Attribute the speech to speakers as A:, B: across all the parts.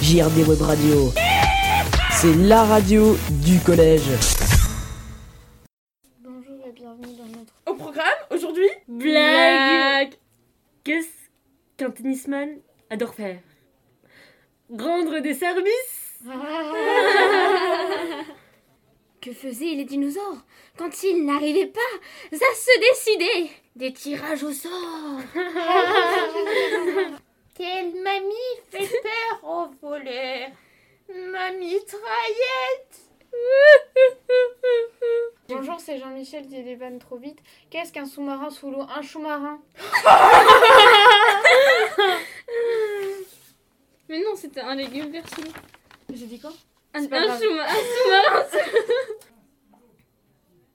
A: JRD Web Radio. C'est la radio du collège.
B: Bonjour et bienvenue dans notre.
C: Au programme, aujourd'hui,
D: Blague Qu'est-ce qu'un tennisman adore faire Rendre des services
E: Que faisaient les dinosaures quand ils n'arrivaient pas à se décider Des tirages au sort
B: Quelle mamie fait peur aux voleurs Mamie traillette Bonjour, c'est Jean-Michel dit les vannes trop vite. Qu'est-ce qu'un sous-marin sous l'eau Un chou-marin
F: Mais non, c'était un légume persillé.
B: J'ai dit quoi
F: Un,
B: C'est pas
F: un
B: grave.
F: sous- un sous-marin. c'est-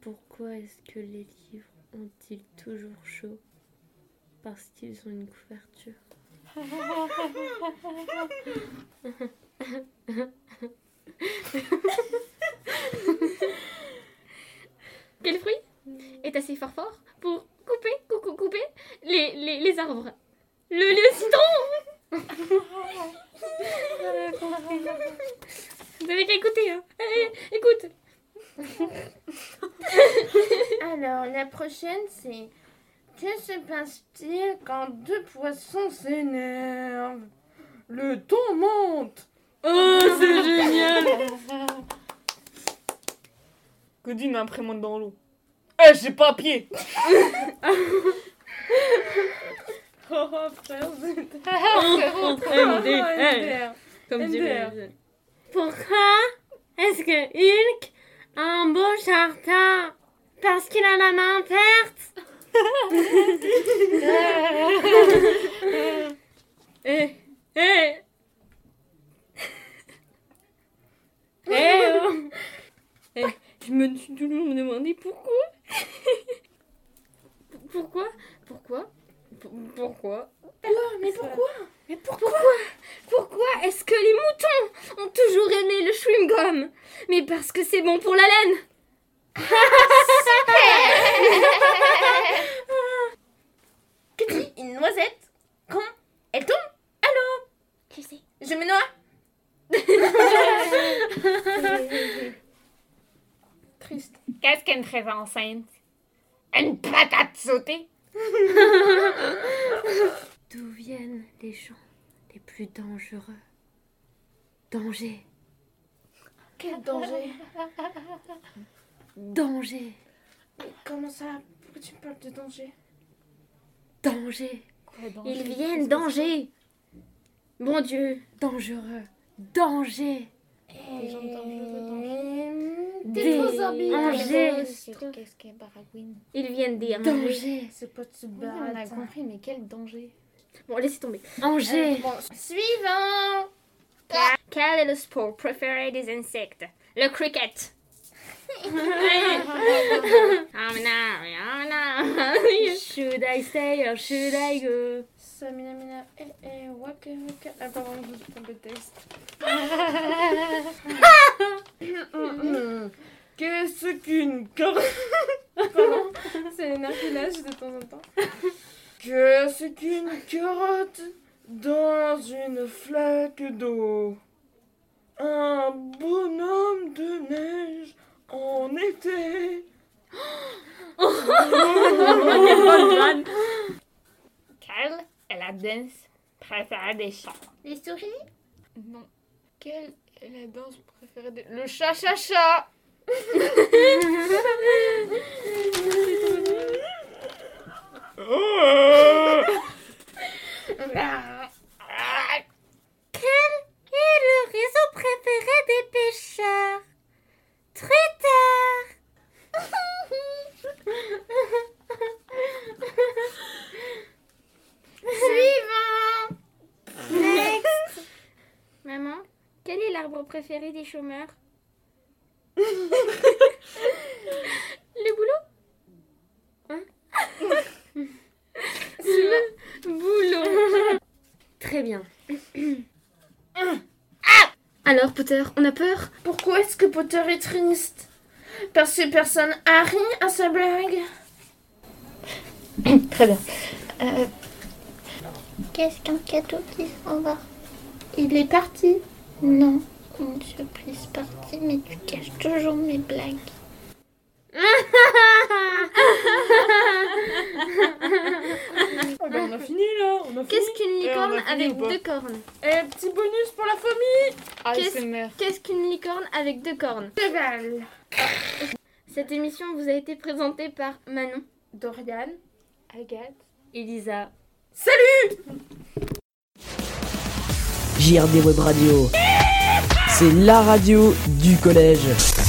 D: Pourquoi est-ce que les livres ont-ils toujours chaud Parce qu'ils ont une couverture.
F: Quel fruit est assez fort fort pour couper, coucou, couper les, les, les arbres Le, le citron Vous avez qu'à écouter, hein. Allez, écoute
B: Alors, la prochaine, c'est. Que se passe-t-il quand deux poissons s'énervent
C: le ton monte.
D: Oh, c'est génial
C: Godine imprémente dans l'eau. Eh, j'ai pas pied Oh, frère,
D: MDR. Comme dit
C: MDR.
D: le- Pourquoi est-ce que Hulk a un beau jardin Parce qu'il a la main verte Eh, eh Eh oh. Eh, Je me suis toujours demandé pourquoi Pourquoi Pourquoi Pourquoi
F: Mais pourquoi
D: Pourquoi est-ce que les moutons ont toujours aimé le chewing-gum Mais parce que c'est bon pour la laine
B: Que dit une noisette quand elle tombe à l'eau
E: Tu sais,
B: Je me noie
F: Qu'est-ce qu'une fraise enceinte Une patate sautée
D: D'où viennent les gens les plus dangereux Danger,
B: Quel danger
D: danger,
B: Comment ça Pourquoi tu me parles de danger
D: danger,
E: ils viennent danger
D: mon Dieu, dangereux, danger,
B: Des gens
D: Des Angers.
B: Qu'est-ce qu'est Baragouin
D: ils viennent des danger,
B: C'est pas de ce
E: Oui, on a
B: baratin.
E: compris, mais quel danger
F: Bon, laissez tomber.
D: danger,
B: Bon, suivant
F: Quel est le sport préféré des insectes Le cricket. Ah, mais non, mais- ah, mais non.
D: should I stay or should I go
B: Samina Mina, eh eh, waka waka. Ah, pardon, je vous prends le texte.
C: Qu'est-ce qu'une cor...
B: Pardon, c'est les nerfs qui lâchent de temps en temps.
C: Qu'est-ce qu'une carotte dans une flaque d'eau Un bonhomme de neige en été.
F: Quelle est la danse préférée des chats
E: Les souris
B: Non. Quelle est la danse préférée de... Le cha-cha-cha
D: Et le réseau préféré des pêcheurs Twitter
F: Maman, quel est l'arbre préféré des chômeurs Le boulot
D: Hein Très bien. Alors Potter, on a peur
B: Pourquoi est-ce que Potter est triste Parce que personne a ri à sa blague.
F: Très bien.
E: Qu'est-ce qu'un catoplisme On va.
B: Il est parti. Non, une surprise partie, mais tu caches toujours mes blagues.
C: Ah bah, on a fini là, on a fini.
D: Qu'est-ce qu'une
C: Eh, on a
D: licorne
C: fini
D: avec
C: ou pas
D: deux cornes
C: Eh, petit bonus pour la famille
D: Qu'est-ce-
C: ASMR.
D: Qu'est-ce qu'une licorne avec deux cornes
G: Cheval.
D: Cette émission vous a été présentée par Manon.
G: Dorian.
D: Agathe.
H: Elisa.
A: JRD Web Radio. C'est la radio du collège.